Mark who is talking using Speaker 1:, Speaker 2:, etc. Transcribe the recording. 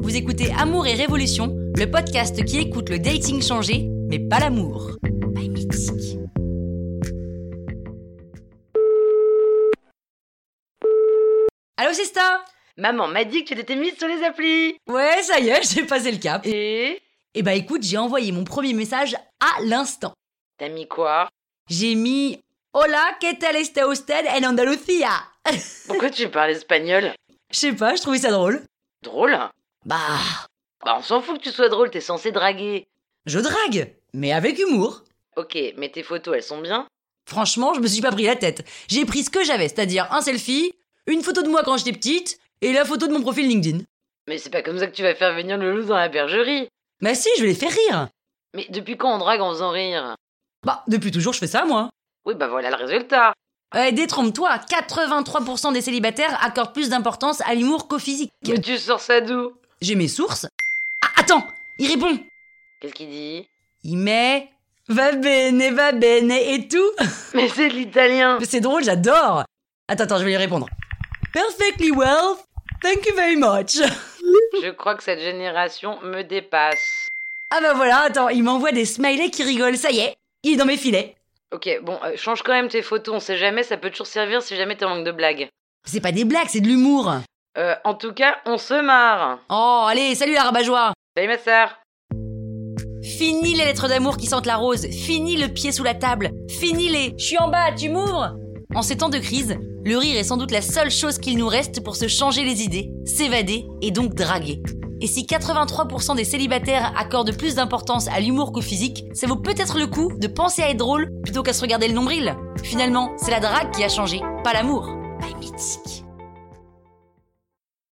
Speaker 1: Vous écoutez Amour et Révolution, le podcast qui écoute le dating changé, mais pas l'amour. By Mythique. Allô, Sesta
Speaker 2: Maman m'a dit que tu t'étais mise sur les applis.
Speaker 1: Ouais, ça y est, j'ai passé le cap. Et,
Speaker 2: Et
Speaker 1: bah écoute, j'ai envoyé mon premier message à l'instant.
Speaker 2: T'as mis quoi
Speaker 1: J'ai mis Hola, ¿qué tal está usted en Andalucía
Speaker 2: Pourquoi tu parles espagnol
Speaker 1: Je sais pas, je trouvais ça drôle.
Speaker 2: Drôle
Speaker 1: Bah,
Speaker 2: Bah on s'en fout que tu sois drôle, t'es censé draguer.
Speaker 1: je drague, mais avec humour.
Speaker 2: Ok, mais tes photos elles sont bien
Speaker 1: Franchement, je me suis pas pris la tête. J'ai pris ce que j'avais, c'est-à-dire un selfie, une photo de moi quand j'étais petite et la photo de mon profil LinkedIn.
Speaker 2: Mais c'est pas comme ça que tu vas faire venir le loup dans la bergerie.
Speaker 1: Bah si, je vais les faire rire.
Speaker 2: Mais depuis quand on drague en faisant rire
Speaker 1: Bah, depuis toujours, je fais ça, moi.
Speaker 2: Oui bah voilà le résultat.
Speaker 1: Eh, détrompe-toi, 83% des célibataires accordent plus d'importance à l'humour qu'au physique.
Speaker 2: Mais tu sors ça d'où
Speaker 1: J'ai mes sources. Ah, attends, il répond.
Speaker 2: Qu'est-ce qu'il dit
Speaker 1: Il met va bene, va bene et tout.
Speaker 2: Mais c'est de l'italien
Speaker 1: Mais C'est drôle, j'adore. Attends, attends, je vais lui répondre. Perfectly well, thank you very much.
Speaker 2: Je crois que cette génération me dépasse.
Speaker 1: Ah bah voilà, attends, il m'envoie des smileys qui rigolent, ça y est, il est dans mes filets.
Speaker 2: Ok, bon, euh, change quand même tes photos, on sait jamais, ça peut toujours servir si jamais t'es en manque de blagues.
Speaker 1: C'est pas des blagues, c'est de l'humour.
Speaker 2: Euh, en tout cas, on se marre
Speaker 1: Oh, allez, salut la rabat
Speaker 2: Salut ma sœur
Speaker 1: Fini les lettres d'amour qui sentent la rose, fini le pied sous la table, fini les « je suis en bas, tu m'ouvres » En ces temps de crise, le rire est sans doute la seule chose qu'il nous reste pour se changer les idées, s'évader et donc draguer. Et si 83% des célibataires accordent plus d'importance à l'humour qu'au physique, ça vaut peut-être le coup de penser à être drôle plutôt qu'à se regarder le nombril. Finalement, c'est la drague qui a changé, pas l'amour. Pas mythique.